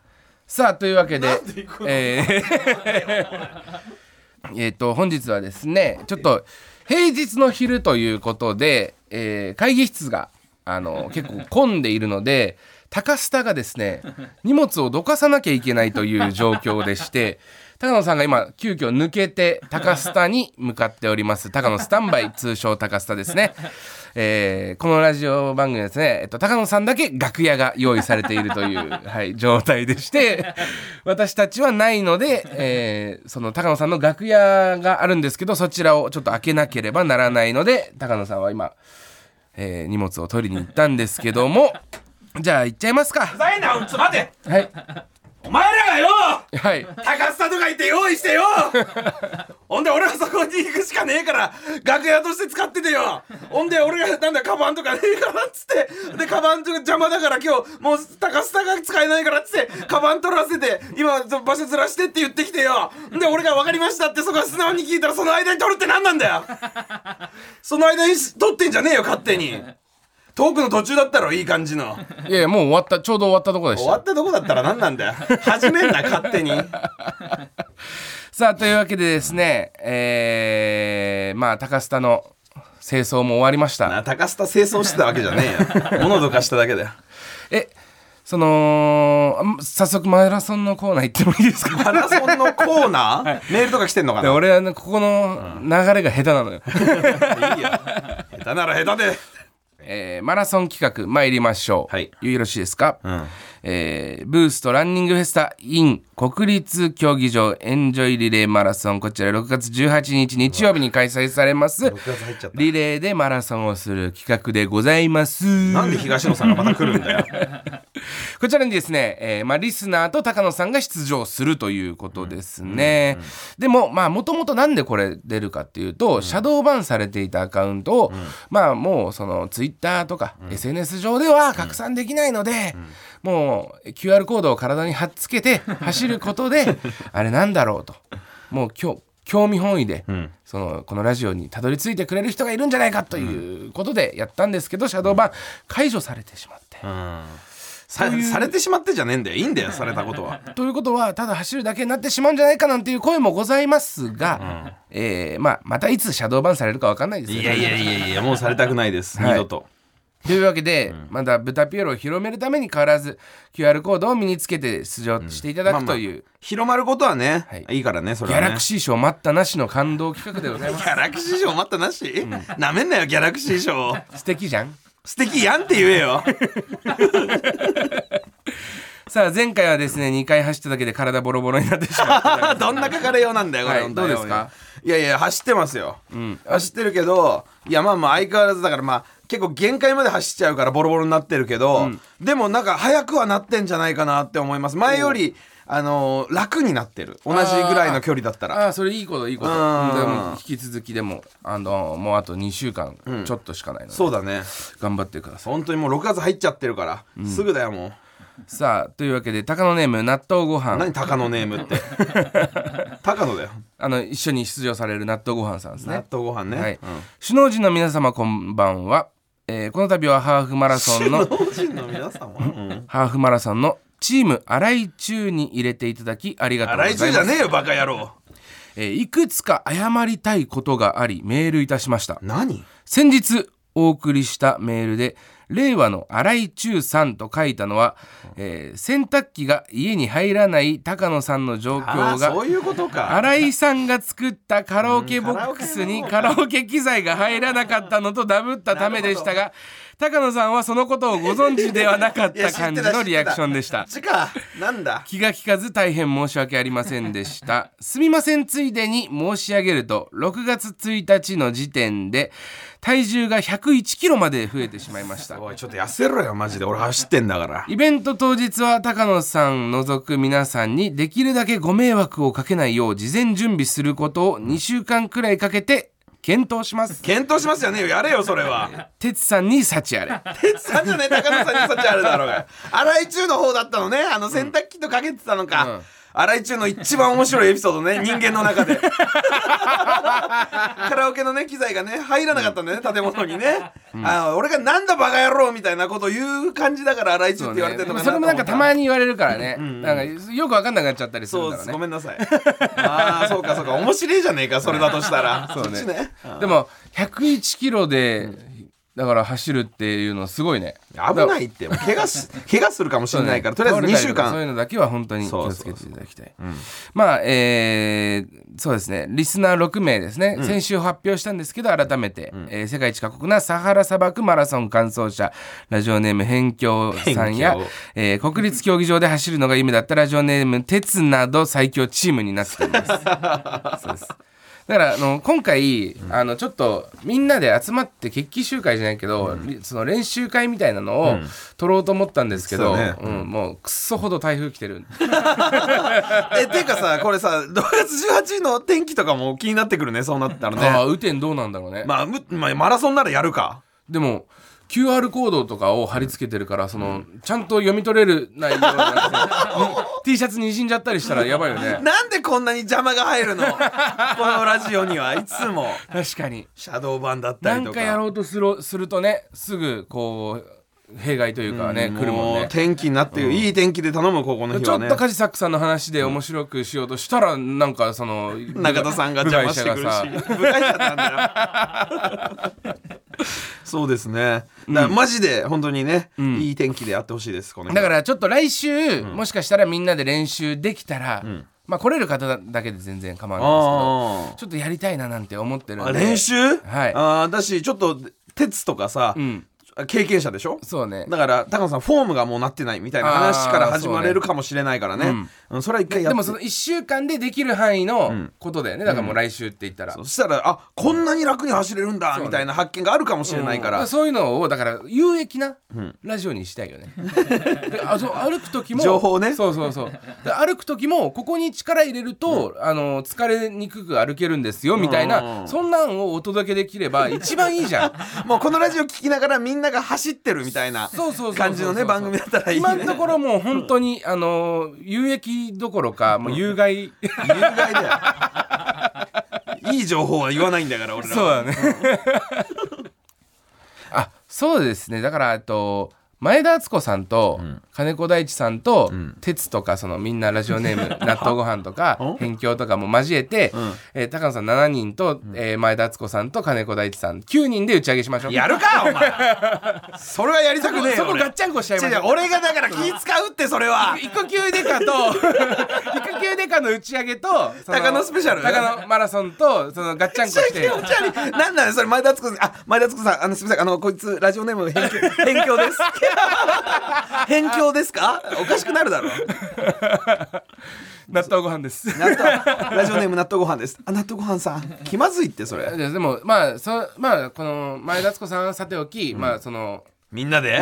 S2: さあというわけでえーえっと本日はですねちょっと平日の昼ということで、えー会議室があの結構混んでいるので高須田がですね荷物をどかさなきゃいけないという状況でして高野さんが今急遽抜けて高須田に向かっております高野スタンバイ通称高須田です ね、えーこのラジオ番組はですね、えっと、高野さんだけ楽屋が用意されていると いう、はい、状態でして私たちはないので、えーその高野さんの楽屋があるんですけどそちらをちょっと開けなければならないので高野さんは今、えー荷物を取りに行ったんですけど もじゃあ行っちゃいますか
S1: ざいなちょっと待て
S2: はい
S1: お前らがよ
S2: はい
S1: 高須さんとか言って用意してよほんで俺はそこに行くしかねえから楽屋として使っててよほんで俺がなんだカバンとかねえからっつってでカバンとか邪魔だから今日もう高須が使えないからっつってカバン取らせて今場所ずらしてって言ってきてよほんで俺が分かりましたってそこは素直に聞いたらその間に取るって何なんだよその間に取ってんじゃねえよ勝手にトークの途中だったろいい感じの
S2: いやいやもう終わったちょうど終わったとこでし
S1: 終
S2: た
S1: わったとこだったら何なんだよ始めんな勝手に
S2: さあというわけでですねえー、まあ高須田の清掃も終わりました
S1: な高須田清掃してたわけじゃねえ よ物どかしただけだよ
S2: えそのあ早速マラソンのコーナー行ってもいいですか
S1: マラソンのコーナー、メールとか来てんのか
S2: で
S1: な
S2: 俺はねここの流れが下手なの よ、
S1: いいよ下手なら下手で
S2: えーマラソン企画参りましょう、
S1: はい
S2: よろしいですか、
S1: ん
S2: えーブーストランニングフェスタ in 国立競技場エンジョイリレーマラソンこちら6月18日日曜日に開催されます
S1: 入っちゃっ
S2: リレーでマラソンをする企画でございます
S1: なんで東野さんがまた来る んだよ
S2: こちらにですね、えーまあ、リスナーと高野さんが出場するということですね。でも、まあ、もともとなんでこれ出るかっていうと、シャドーバンされていたアカウントを、まあ、もう、その、ツイッターとか、SNS 上では拡散できないので、もう、QR コードを体に貼っつけ て走ることで、あれなんだろうと。もう、今日、興味本位で、そのこのラジオにたどり着いてくれる人がいるんじゃないかということでやったんですけど、シャドーバン解除されてしまって、
S1: さされてしまってじゃねえんだよいいんだよされたことは
S2: ということはただ走るだけになってしまうんじゃないかなんていう声もございますが、えーまあ、またいつシャドーバンされるか分かんないです
S1: い
S2: よ
S1: やいやいやいやもうされたくないです、
S2: はい
S1: 二度と
S2: というわけで、まだ豚ピエロを広めるために変わらず QR コードを身につけて出場していただくという、
S1: 広まることはね、
S2: はい
S1: い、いからねそれ
S2: ギャ
S1: はね
S2: ラクシー賞待ったなしの感動企画でございま
S1: ギャラクシー賞待ったなし、なめんなよギャラクシー賞
S2: す 素敵じゃん
S1: 素敵やんって言えよ
S2: さあ前回はですね2回走っただけで体ボロボロになってしまっ
S1: どんな書かれようなんだよこれ、
S2: はい
S1: 本当に
S2: どうですか
S1: いやいや走ってますよ、走ってるけどいやまあまあ相変わらずだからまあ結構限界まで走っちゃうからボロボロになってるけど、でもなんか速くはなってんじゃないかなって思います前よりあのー楽になってる同じぐらいの距離だったら
S2: ああそれいいこといいこと
S1: うん
S2: でも引き続きでもあのもうあと2週間ちょっとしかないので、
S1: そうだね
S2: 頑張ってください
S1: 本当にもう6月入っちゃってるから、すぐだよもう
S2: さあというわけで高野ネーム納豆ご飯
S1: 何高野ネームって 高野だよ
S2: あの一緒に出場される納豆ご飯さんですね
S1: 納。豆ご飯ね、
S2: はい
S1: うん。
S2: 首脳陣の皆様こんばんは。えーこの度はハーフマラソ ンの
S1: 老人の皆 様、うん、
S2: ハーフマラソンのチーム新井中に入れていただきありがとうござい
S1: 来
S2: ます。
S1: 週じゃねえよバカ野郎
S2: えーいくつか謝りたいことがありメールいたしました。
S1: 何
S2: 先日お送りしたメールで「令和の新井中さん」と書いたのは、えー洗濯機が家に入らない高野さんの状
S1: あ
S2: 況
S1: あ
S2: が
S1: そういうことか
S2: 新井さんが作ったカラオケボックスにカラオケ機材が入らなかったのとダブったためでしたが高野さんはそのことをご存知ではなかっ
S1: いや
S2: た
S1: 知ってた
S2: 感じのリアクションでし た
S1: あっちかなんだ
S2: 気が利かず大変申し訳ありませんでしたすみませんついでに申し上げると6月1日の時点で体重が101キロまで増えてしまいました
S1: おいちょっと痩せろよマジで俺走ってんだから
S2: イベント当日は高野さん除く皆さんにできるだけご迷惑をかけないよう事前準備することを2週間くらいかけて検討します。
S1: 検討しますよねえよやれよそれ は
S2: 哲さんに幸あれ。
S1: 哲さんじゃねえ高野さんにそっちあるだろうが洗い中の方だったのねあの洗濯機とかけてたのか、
S2: うん
S1: 洗い中の一番面白いエピソードね人間の 中でカラオケのね機材がね入らなかったんだよね建物にね、あ俺がなんだバカ野郎みたいなこと言う感じだから洗い中って言われてるのかな
S2: それもなんかた
S1: に
S2: まに言われるからね。なんかよくわかんなくなっちゃったりする
S1: そ
S2: ん
S1: う
S2: だろう
S1: ですご
S2: ね。
S1: めんなさいああそうかそうか面白いじゃねえかそれだとしたら
S2: そうね
S1: っちね
S2: でも101キロで、だから走るっていうのすごいね。
S1: 危ないってもう怪我し怪我するかもしれないからとりあえず2週
S2: そういう
S1: 間
S2: のだけは本当に気
S1: そ
S2: を
S1: う
S2: つ
S1: そ
S2: け
S1: う
S2: ていただきたいまあえーそうですねリスナー6名ですね、先週発表したんですけど改めて、えー世界一過酷なサハラ砂漠マラソン完走者ラジオネーム辺境さんや
S1: 辺境、
S2: えー国立競技場で走るのが夢だったラジオネーム鉄など最強チームになっていますそうですだからあの今回、あのちょっとみんなで集まって決起集会じゃないけど、その練習会みたいなのを取ろうと思ったんですけど、
S1: そううんね
S2: もうくっそほど台風来てる
S1: えてかさこれさ6月18日の天気とかも気になってくるねそうなったらね
S2: ああ雨天どうなんだろうね、
S1: まあ、むまあマラソンならやるか
S2: でも QR コードとかを貼り付けてるからそのちゃんと読み取れる内容なんで T シャツ にじんじゃったりしたらやばいよ ね
S1: なんでこんなに邪魔が入 るのこのラジオにはいつも
S2: 確かに
S1: シャドー版だった
S2: な
S1: りと
S2: ん
S1: か
S2: かやろうとするするとねすぐこう弊害というかね、来るもん
S1: もう
S2: ね
S1: 天気になってる、いい天気で頼むここの日
S2: ちょ
S1: は
S2: っ
S1: ね
S2: とカジサックさんの話で面白くしようとしたらなんかその
S1: 中田さんが邪魔してくる
S2: 部
S1: し
S2: 外者がさ
S1: 部外者なんだよ そうですねだからマジで本当にね、いい天気でやってほしいですこの日
S2: だからちょっと来週、もしかしたらみんなで練習できたら、まあ来れる方だけで全然構わないんですけ
S1: あ
S2: どちょっとやりたいななんて思ってるん
S1: ー
S2: で
S1: あ練習、
S2: はい
S1: あーだしちょっと鉄とかさ、
S2: ん
S1: 経験者でしょ
S2: そうね
S1: だから高野さんフォームがもうなってないみたいな話から始まれるかもしれないからねうんそれは一回
S2: で
S1: やって
S2: もその1週間でできる範囲のことだよね、だからもう来週って言ったら、
S1: そしたらあこんなに楽に走れるんだみたいな発見があるかもしれないから、
S2: そういうのをだから有益なラジオにしたいよね、であそう歩く時も
S1: 情報ね
S2: そうそうそうで歩く時もここに力入れると、あの疲れにくく歩けるんですよみたいな、そんなんをお届けできれば 一番いいじゃん
S1: もうこのラジオ聞きながらみんなが走ってるみたいな
S2: そうそうそうそう
S1: 感じのね番組だったらいい
S2: 今の
S1: ね
S2: ところもう本当にあの有益どころかもう有害
S1: 有害だよいい情報は言わないんだから俺らは
S2: だねあそうですねだからえっと前田敦子さんと金子大地さんと鉄とかそのみんなラジオネー ム納豆ご飯とか辺境とかも交えてえー高野さん7人とえー前田敦子さんと金子大地さん9人で打ち上げしましょう
S1: やるかお前それはやりたくねえよ
S2: そこ
S1: 俺
S2: ガッチャンコしちゃいま
S1: 違
S2: し
S1: う違
S2: ょ
S1: う
S2: う
S1: 俺がだから気使うってそれは
S2: 育休デカ と育休デカの打ち上げとその
S1: 高野スペシャル
S2: 高野マラソンとそのガッチャンコして
S1: 気持ち悪いなんなのそれ前田敦子さんあ前田敦子さんあのすみませんあのこいつラジオネー ム偏境偏境です偏境ですかおかしくなるだろ
S2: 納豆ご飯です
S1: 納豆ラジオネーム納豆ご飯ですあ納豆ご飯さん気まずいってそ れ
S2: ででもまあそまあこの前田敦子さんはさておき、まあその
S1: みんなで、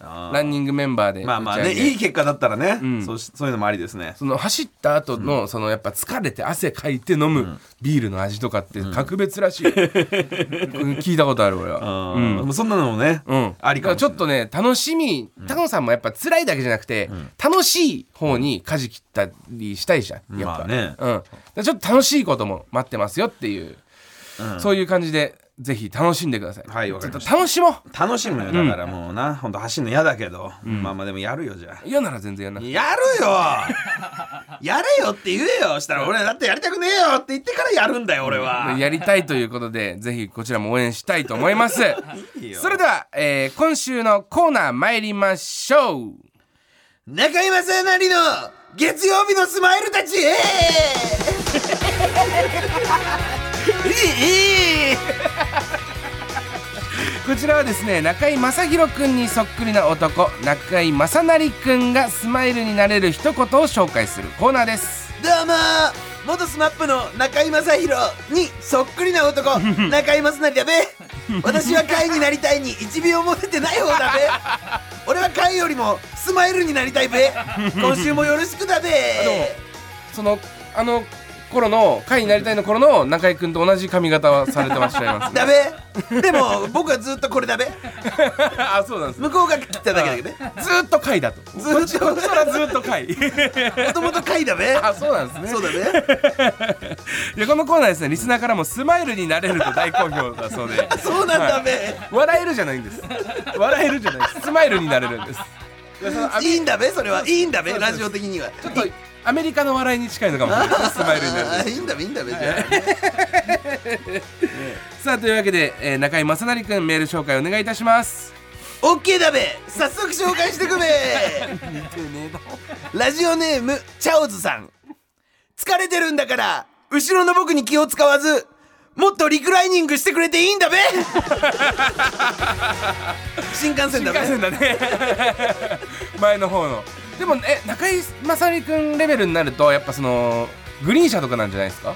S2: ランニングメンバーで
S1: まあまあ
S2: 打ち
S1: ね
S2: 上げ
S1: いい結果だったらね、そうしそういうのもありですね
S2: その走った後の、そのやっぱ疲れて汗かいて飲むビールの味とかって格別らし い、聞いたことある俺は
S1: うん、もうそんなのもね、
S2: うん
S1: ありか
S2: だ
S1: も
S2: らちょっとね楽しみ高野さんもやっぱ辛いだけじゃなくて、楽しい方に舵切ったりしたいじゃんやっ
S1: ま
S2: ぱ、
S1: あね
S2: うん、だからちょっと楽しいことも待ってますよっていう、そういう感じでぜひ楽しんでください、
S1: はいわかりまし
S2: ちょっと楽しもう
S1: 楽しむよだからもうな、ほんと走るの嫌だけど、まあまあでもやるよじゃあ
S2: 嫌なら全然やんなくて
S1: や るよやれよって言えよしたら俺だってやりたくねえよって言ってからやるんだよ俺は、
S2: やりたいということでぜひこちらも応援したいと 思います
S1: いよ
S2: それでは、えー今週のコーナー参りましょう
S1: 中居正成の月曜日のスマイルたちえ えええ
S2: こちらはですね中居正広くんにそっくりな男中居正成くんがスマイルになれる一言を紹介するコーナーです
S1: どうも元スマップの中居正広にそっくりな 男中居正成だべ私は貝になりたいに1秒も出てない方だべ俺は貝よりもスマイルになりたいべ今週もよろしくだべ
S2: そのあの頃の会になりたいの頃の中居くんと同じ髪型はされてらっしゃいます
S1: だべでも僕はずっとこれだべ
S2: あそうなんです
S1: 向こうが切っただけだけどね
S2: ずーっと会だとず
S1: っと
S2: こっちからずーっと会
S1: もともと貝だべ
S2: あそうなんですね
S1: そうだべ
S2: でこのコーナーですねリスナーからもスマイルになれると大好評だそうで
S1: そうなんだべ
S2: 笑えるじゃないんです笑えるじゃないですスマイルになれるんですでそのアメ
S1: いいんだべそれはいいんだべラジオ的には
S2: ちょっとアメリカの笑いに近いのかもしれないスマイルになれる
S1: あーいいんだべいいんだべじゃあ
S2: さあというわけで、えー中居正成くんメール紹介お願いいたします
S1: オッケーだべ早速紹介してくべラジオネームチャオズさん疲れてるんだから後ろの僕に気を使わずもっとリクライニングしてくれていいんだべ新幹線だべ
S2: だ ね前の方のでもえ中居正成くんレベルになるとやっぱそのグリーン車とかなんじゃないですか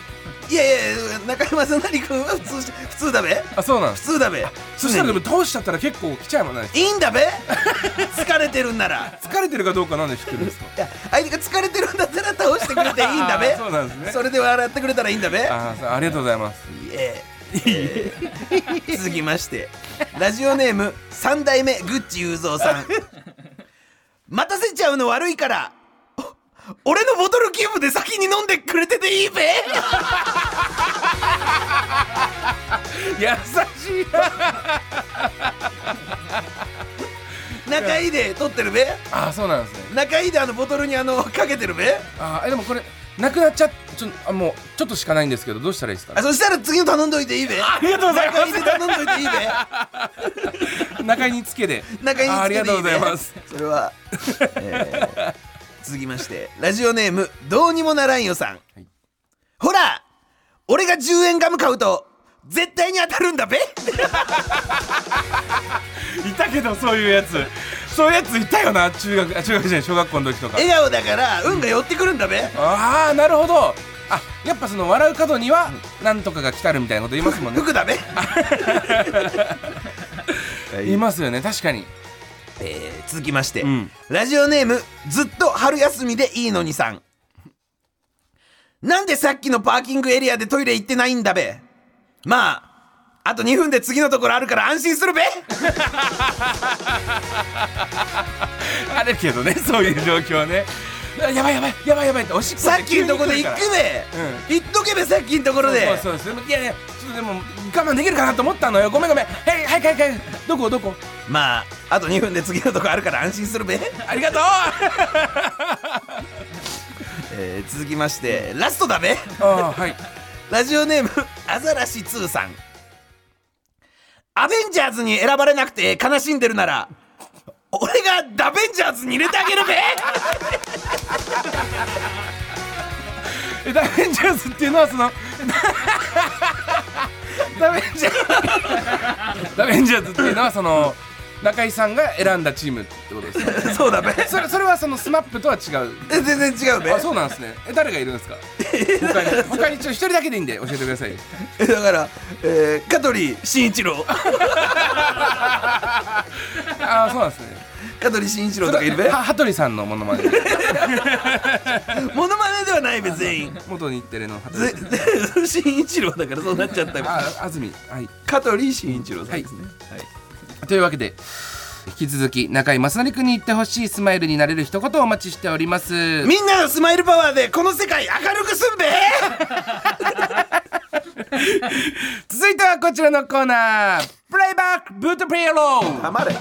S1: いやいや中山さなり君は普通し普通だべ
S2: あそうなん
S1: 普通だべ
S2: そしたらで
S1: 常
S2: も倒しちゃったら結構来ちゃいまない
S1: にいいんだべ疲れてるんなら
S2: 疲れてるかどうかなんで知ってるん ですか
S1: いや相手が疲れてるんだったら倒してくれていいんだべ
S2: あー そうなんですね
S1: それで笑ってくれたらいいんだべ
S2: あーそうありがとうございます
S1: ええええ続きましてラジオネーム三代目グッチ雄三さん待たせちゃうの悪いからお俺のボトルキューブで先に飲んでくれてていいべ
S2: 優しいな
S1: 仲いいで取ってるべ
S2: あーそうなんですね
S1: 仲いいであのボトルにあのかけてるべ
S2: あーえでもこれなくなっちゃちょあもうちょっとしかないんですけどどうしたらいいですか
S1: あそしたら次の頼んどいていいべ
S2: りがとうございます
S1: 仲いいで頼んどいていいべ
S2: 中井につけで
S1: 中井につけていいね
S2: あーありがとうございます
S1: それは、えー続きましてラジオネームどうにもならんよさん、
S2: い
S1: ほら俺が10円ガム買うと絶対に当たるんだべ
S2: いたけどそういうやつそういうやついたよな中学あ中学じゃない小学校の時とか
S1: 笑顔だから運が寄ってくるんだべ、
S2: ああなるほどあやっぱその笑う角にはなんとかが来たるみたいなこと言います もんね
S1: 服だ べ
S2: 言いますよね確かに
S1: えー続きまして、
S2: ん
S1: ラジオネームずっと春休みでいいのにさんなんでさっきのパーキングエリアでトイレ行ってないんだべまああと2分で次のところあるから安心する べ
S2: あるけどねそういう状況ね あやばいやばいやばいやばいっておしっこ
S1: さっきのとこで行く
S2: 急に来る
S1: べ、行っとけべさっきのところで
S2: からそうそうそういやいやちょっとでも我慢できるかなと思ったのよごめんごめんはいはいはいはいどこどこ
S1: まああと2分で次のとこあるから安心するべ、
S2: ありがとう
S1: えー続きましてラストだべ
S2: あーはい
S1: ラジオネームアザラシ2さんアベンジャーズに選ばれなくて悲しんでるなら俺がダベンジャーズに入れてあげるべ
S2: え ダメンジャーズっていうのはその ダメンジャーズダメンジャーズっていうのはその中井さんが選んだチームってことですか
S1: そうだべ
S2: それそれはそのスマップとは違う
S1: え全然違うべ
S2: あそうなんですねえ誰がいるん ですか他に他にちょ一人だけでいいんで教えてください
S1: えだから、えー、香取慎一郎
S2: ああそうなんです ね
S1: 香取慎一郎
S2: そ
S1: とかいるべ
S2: れは羽鳥さんのものまね
S1: モノマネで はないべ全員
S2: 元日テレの羽鳥
S1: ぜ
S2: さん
S1: 慎一郎だからそうなっちゃったべ
S2: あー安住はい
S1: 香取慎一郎さんですね、
S2: というわけで引き続き中井正成君に言ってほしいスマイルになれる一言をお待ちしており ます
S1: みんなのスマイルパワーでこの世界明るくすんべ
S2: 続いてはこちらのコーナープレイバックブートプレイヤロー
S1: まれ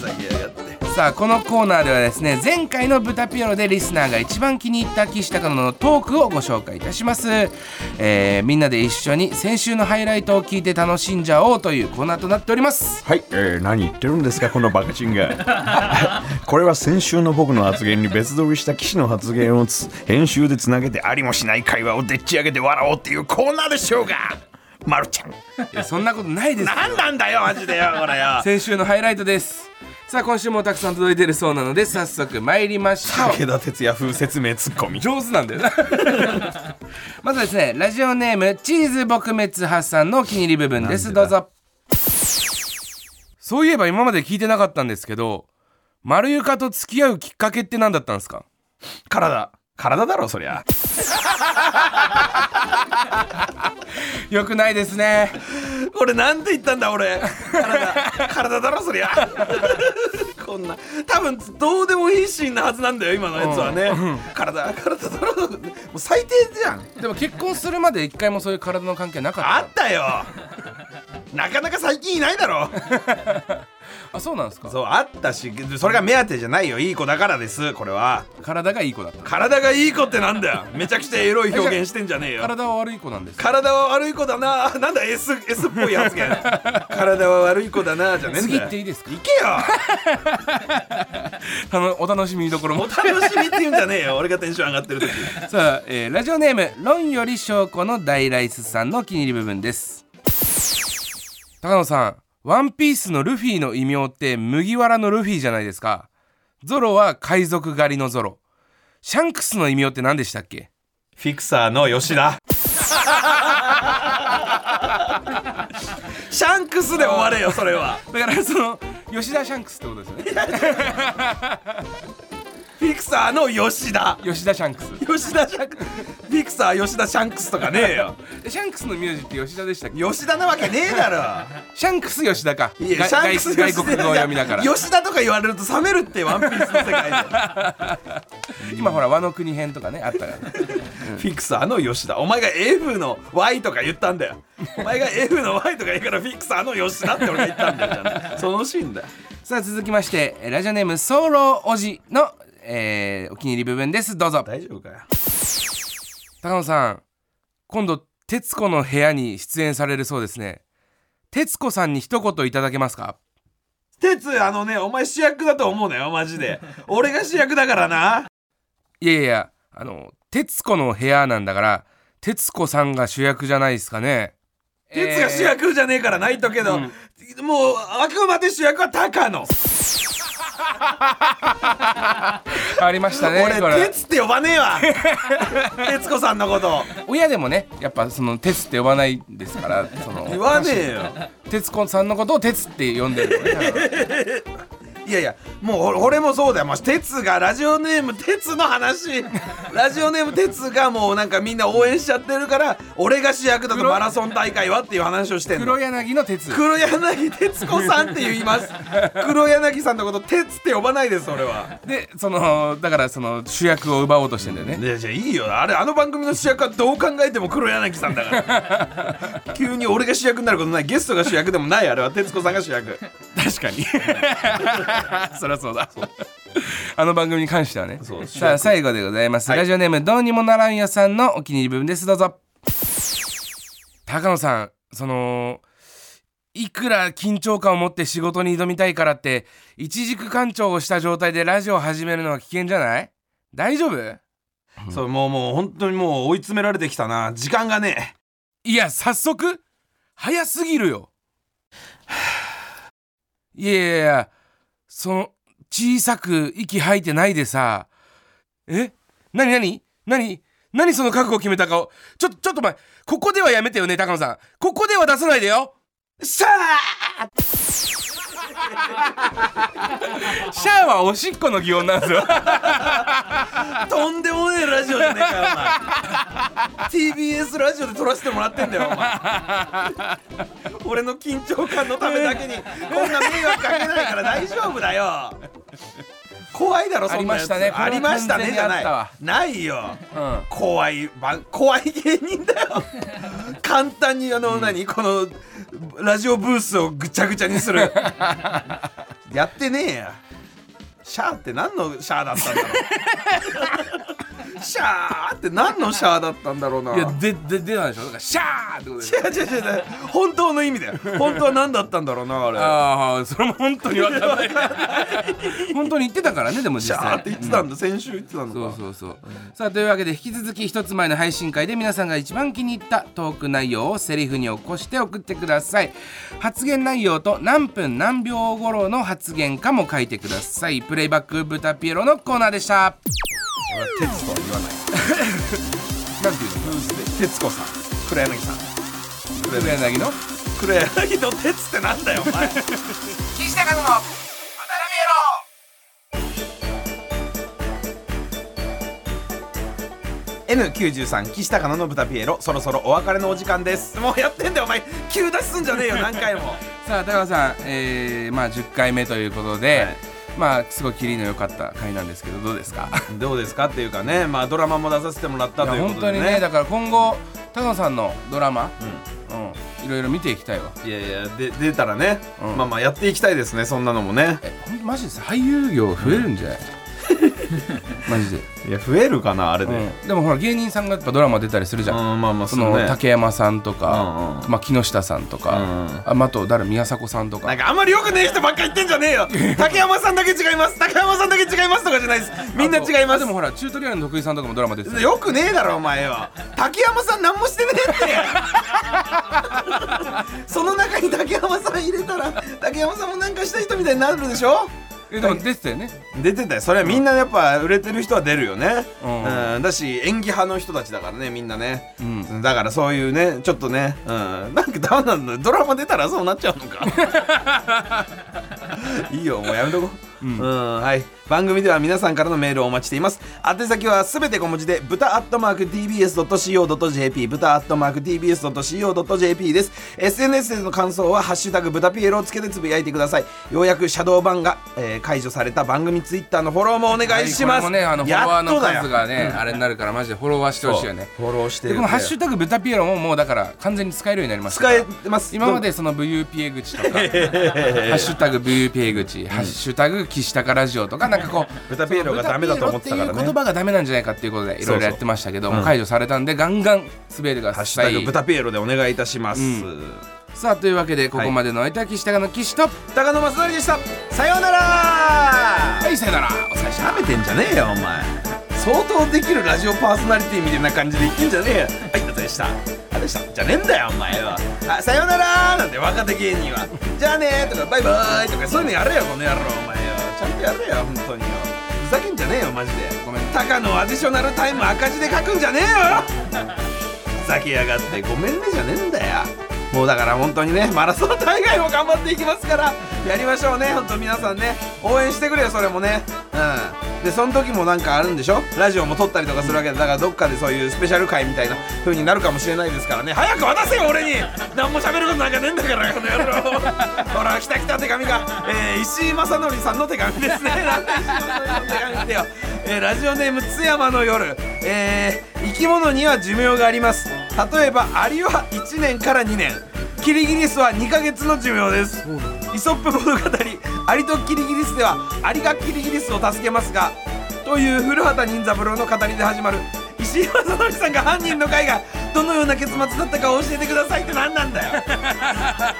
S1: 最悪やって
S2: さあこのコーナーではですね前回の「ブタピエロ」でリスナーが一番気に入った岸高野のトークをご紹介いたします、えーみんなで一緒に先週のハイライトを聞いて楽しんじゃおうというコーナーとなっております
S3: はい、えー何言ってるんですかこのバカチン がこれは先週の僕の発言に別撮りした騎士の発言をつ編集でつなげてありもしない会話をでっち上げて笑おうっていうコーナーでしょうがまるちゃん
S2: いやそんなことないです
S1: 何なんだよマジでよこれよ
S2: 先週のハイライトですさあ今週もたくさん届いてるそうなので早速参りましょう
S3: 武田鉄矢風説明ツッコミ
S2: 上手なんだよな まずはですねラジオネームチーズ撲滅発散のお気に入り部分ですどうぞそういえば今まで聞いてなかったんですけど丸床と付き合うきっかけって何だったんですか
S3: 体体だろそりゃ
S2: よくないですね
S1: 俺なんて言ったんだ俺体体だろそりゃこんな多分どうでもいいシーンなはずなんだよ今のやつはね、体体だろもう最低じゃん
S2: でも結婚するまで一回もそういう体の関係なかった
S1: あったよなかなか最近いないだろ
S2: あそうなんですか
S1: そうあったしそれが目当てじゃないよいい子だからですこれは
S2: 体がいい子だった
S1: 体がいい子ってなんだよめちゃくちゃエロい表現してんじゃねえよ
S2: 体は悪い子なんです
S1: 体は悪い子だななんだ S, S っぽい発言体は悪い子だなじゃねえんだ
S2: 次
S1: よ
S2: 行っていいですか
S1: 行けよ
S2: あのお楽しみどころも
S1: お楽しみって言うんじゃねえよ俺がテンション上がってる時
S2: さあ、えーラジオネーム「論より証拠」の大ライスさんのお気に入り部分です高野さん「ワンピースのルフィの異名って麦わらのルフィじゃないですかゾロは海賊狩りのゾロシャンクスの異名って何でしたっけ
S1: フィクサーの 吉田。シャンクスで終われよ、それは。
S2: だからその吉田シャンクスってことですよね
S1: フィクサーの吉田。
S2: 吉田シャンクス
S1: 吉田シャンクス。フィクサー吉田シャンクスとかねえよ。
S2: えシャンクスの名字って吉田でしたっけ
S1: 吉田なわけねえだ
S2: シャンクス吉田か
S1: ろ。いや、
S2: が
S1: シャンクス
S2: 外外国語を読みだから
S1: 吉田とか言われると冷めるって、ワンピースの世界で。
S2: 今ほら和の国編とかねあったから
S1: フィクサーの吉田お前が F の Y とか言ったんだよお前が F の Y とか言うからフィクサーの吉田って俺が言ったんだよちゃんとそのシーンだよ
S2: さあ続きましてえーラジオネームソーローおじの、えーお気に入り部分ですどうぞ
S1: 大丈夫かよ
S2: 高野さん今度『徹子の部屋』に出演されるそうですね徹子さんに一言いただけますか
S1: 哲あのねお前主役だと思うなよマジで俺が主役だからない
S2: やいやいやあの『徹子の部屋』なんだから徹子さんが主役じゃないですかね
S1: 哲が主役じゃねえからないとけど、もうあくまで主役は高野、
S2: えーありましたねこ
S1: 俺
S2: れ
S1: 哲って呼ばねえ わ哲子さんのこと
S2: 親でもねやっぱその「鉄」って呼ばないですからそ
S1: 言
S2: の
S1: わねえよ
S2: 徹子さんのことを「鉄」って呼んでるのね
S1: いやいやもうほ俺もそうだよもう哲がラジオネーム哲の話ラジオネーム哲がもうなんかみんな応援しちゃってるから俺が主役だとマラソン大会はっていう話をしてんの
S2: 黒柳の 鉄
S1: 黒柳徹子さんって言います黒柳さんのこと哲って呼ばないです俺は
S2: でそのだからその主役を奪おうとしてんだよね
S1: いやじゃあいいよあれあの番組の主役はどう考えても黒柳さんだから 急に俺が主役になることないゲストが主役でもないあれは徹子さんが主役
S2: 確 かにそりゃそうだあの番組に関してはね
S1: そう
S2: さあ最後でございます、
S1: はい
S2: ラジオネームどうにもならんよさんのお気に入り部分ですどうぞ高野さんそのいくら緊張感を持って仕事に挑みたいからって一軸干潮をした状態でラジオを始めるのは危険じゃない大丈夫
S1: そうもうもう本当にもう追い詰められてきたな時間がねえ
S2: いや早速早すぎるよ いやいやいやその小さく息吐いてないでさえ何何何何その覚悟決めた顔ちょっとちょっとお前ここではやめてよね高野さんここでは出さないでよ
S1: シャー
S2: シャアはおしっこの擬音なんですよ
S1: とんでもねえラジオじゃねえかよお前 TBS ラジオで撮らせてもらってんだよお前俺の緊張感のためだけにこんな迷惑かけないから大丈夫だよ怖いだろそんなやつ
S2: ありましたね
S1: ありましたね
S2: こ
S1: じ
S2: れは完全にあ
S1: ゃな
S2: ったわ
S1: いないよ
S2: うん
S1: 怖い番怖い芸人だよ簡単にあの、何このラジオブースをぐちゃぐちゃに するやってねえやシャーって何のシャーだったんだろうシャーって何のシャーだったんだろうない
S2: やでで出たんでしょだからシャーってことで
S1: 違う違う違う本当の意味だよ本当は何だったんだろうなあれ
S2: ああそれも本当に分かんない 本当に言ってたからねでも
S1: シ
S2: 実
S1: ャ
S2: 際
S1: ーって言ってたんだ、先週言ってたのか
S2: そうそうそう、さあというわけで引き続き一つ前の配信会で皆さんが一番気に入ったトーク内容をセリフに起こして送ってください発言内容と何分何秒頃の発言かも書いてくださいプレイバック豚ピエロのコーナーでした
S1: 俺は徹子は言わない
S2: なんていうの
S1: 徹子さん黒柳さん
S2: 黒柳の
S1: 黒柳の徹ってなんだよお前
S2: 岸田和の豚ピエロ
S1: N93 岸高野の豚ピエロそろそろお別れのお時間ですもうやってんだよお前急出しすんじゃねえよ何回も
S2: さあ高野さん、えーまあ、10回目ということで、
S1: はい
S2: まあすごいキリの良かった回なんですけどどうですか
S1: どうですかっていうかねまあドラマも出させてもらったと
S2: い
S1: い
S2: や
S1: う
S2: 本
S1: こ
S2: 当
S1: と
S2: に
S1: で
S2: ね
S1: ね
S2: だから今後高野さんのドラマ、うんいろいろ見ていきたいわ
S1: いやいやで出たらね、
S2: うん
S1: まあまあやっていきたいですねそんなのもね
S2: えほんとマジでさ俳優業増えるんじゃない、マジで、
S1: いや増えるかなあれで、うん、
S2: でもほら芸人さんがやっぱドラマ出たりするじゃん、
S1: まあまあ
S2: そ
S1: そう
S2: の
S1: ね
S2: 竹山さんと
S1: うん
S2: か、
S1: う
S2: まあ、木下さんとか、
S1: うんうん
S2: あまああと誰宮迫さんとか
S1: なんかあんまり良くねえ人ばっか言ってんじゃねえ よ竹山さんだけ違います竹山さんだけ違いますとかじゃないですみんな違いま
S2: あ
S1: す
S2: でもほらチュートリアルの徳井さんとかもドラマ出てたよ
S1: よくねえだろお前は竹山さん何もしてね えってその中に竹山さん入れたら竹山さんもなんかした人みたいになるでしょ
S2: えでも出てたよね
S1: 出てたよそれはみんなやっぱ売れてる人は出るよね、
S2: う
S1: うんんだし演技派の人たちだからねみんなね、
S2: ん
S1: だからそういうねちょっとね、うん、なんかダウンなんだドラマ出たらそうなっちゃうのかいいよもうやめとこう、うんはい、番組では皆さんからのメールをお待ちしています宛先はすべて小文字で豚アットマーク TBS.CO.JP 豚アットマーク TBS.CO.JP です SNS での感想は「ハッシュタグ豚ピエロ」をつけてつぶやいてくださいようやくシャドー版が、えー解除された番組ツイッターのフォローもお願いします、
S2: はいこれもねあのフォ
S1: や
S2: ロワーの
S1: っとだよ
S2: 数がねあれになるからマジでフォロワーしてほしいよね
S1: フォローして
S2: でこの「ハッシュタグベタピエロ」ももうだから完全に使えるようになりましたか
S1: 使
S2: ら
S1: えてます
S2: 今までその VUPA 口と か「ハッシュタグ #VUPA 口」ハッシュタグ岸高ラジオ」とかなんかこう
S1: 豚ピエロがダメだと思ってたから
S2: 豚ピエロって
S1: ね
S2: いう言葉がダメなんじゃないかっていうことでいろいろやってましたけどもう解除されたんでガンガン滑ってくだ
S1: ハッシ
S2: さ
S1: ュタグ
S2: い
S1: 豚ピエロでお願いいたします、
S2: さあというわけでここまでの相手は岸高の岸と
S1: 高野正成でしたさようなら
S2: はいさよならお疲れ様
S1: 食べてんじゃねえよお前相当できるラジオパーソナリティみたいな感じで言ってんじゃねえよはいどうでしたあでしたじゃねえんだよお前はあさようならなんて若手芸人はじゃあねーとかバイバーイとかそういうのやれよこの野郎お前よちゃんとやれよ本当によふざけんじゃねえよマジで
S2: ごめん
S1: 高野アディショナルタイム赤字で書くんじゃねえよふざけやがってごめんねじゃねえんだよもうだから本当にねマラソン大会も頑張っていきますからやりましょうね本当皆さんね応援してくれよそれもねうんでその時もなんかあるんでしょラジオも撮ったりとかするわけでだからどっかでそういうスペシャル回みたいな風になるかもしれないですからね早く渡せよ俺に何も喋ることなんかねえんだからこの野郎 ほら来た来た手紙が、えー石井正則さんの手紙ですねなんだ石井正則さんの手紙ってよ、えーラジオネーム津山の夜、えー生き物には寿命があります例えばアリは1年から2年キリギリスは2ヶ月の寿命ですイソップ物語アリとキリギリスではアリがキリギリスを助けますがという古畑任三郎の語りで始まる石井正則さんが犯人の会がどのような結末だったかを教えてくださいって何なんだよ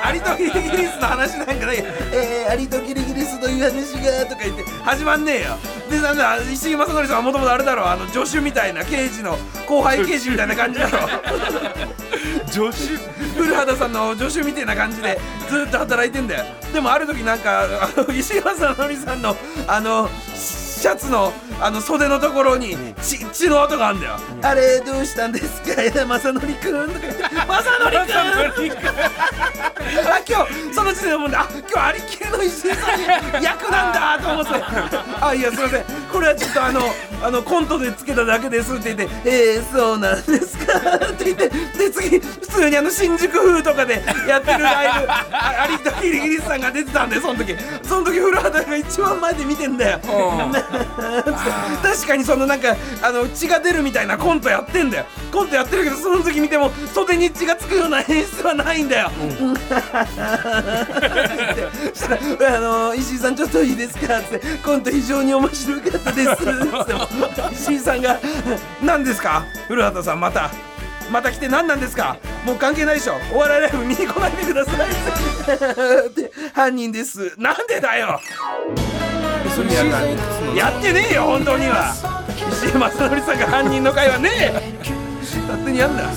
S1: アリとキリギリスの話なんかね「えー、アリとキリギリスという話が」とか言って始まんねえよでなんだ石井正則さんはもともとあれだろあの助手みたいな刑事の後輩刑事みたいな感じだろ
S2: 助手
S1: 古畑さんの助手みたいな感じでずっと働いてんだよでもある時なんかあの石井正則さんのあのシャツのあの袖のところに血血の跡があるんだよ、あれどうしたんですかいや正則くんとか言って正則くんあ今日その時点でもんであ今日アリキの石井さんに役なんだと思ってあいやすいませんこれはちょっとあのあのコントでつけただけですって言ってえー、そうなんですかって言ってで次普通にあの新宿風とかでやってるライブあアリとキリギリスさんが出てたんでその時その時古畑が一番前で見てんだよ 確かにそのなんかあの血が出るみたいなコントやってんだよコントやってるけどその時見ても袖に血がつくような演出はないんだよ、そしたら「あの石井さんちょっといいですか?」って「コント非常に面白かったです」っても石井さんが「何ですか古畑さんまたまた来て何なんですかもう関係ないでしょお笑いライブ見に来ないでください」って「犯人です」なんでだよ
S2: それシーズンいくつの
S1: やってねえよ本当には石井正則さんが犯人の会はねえ勝手にやんだ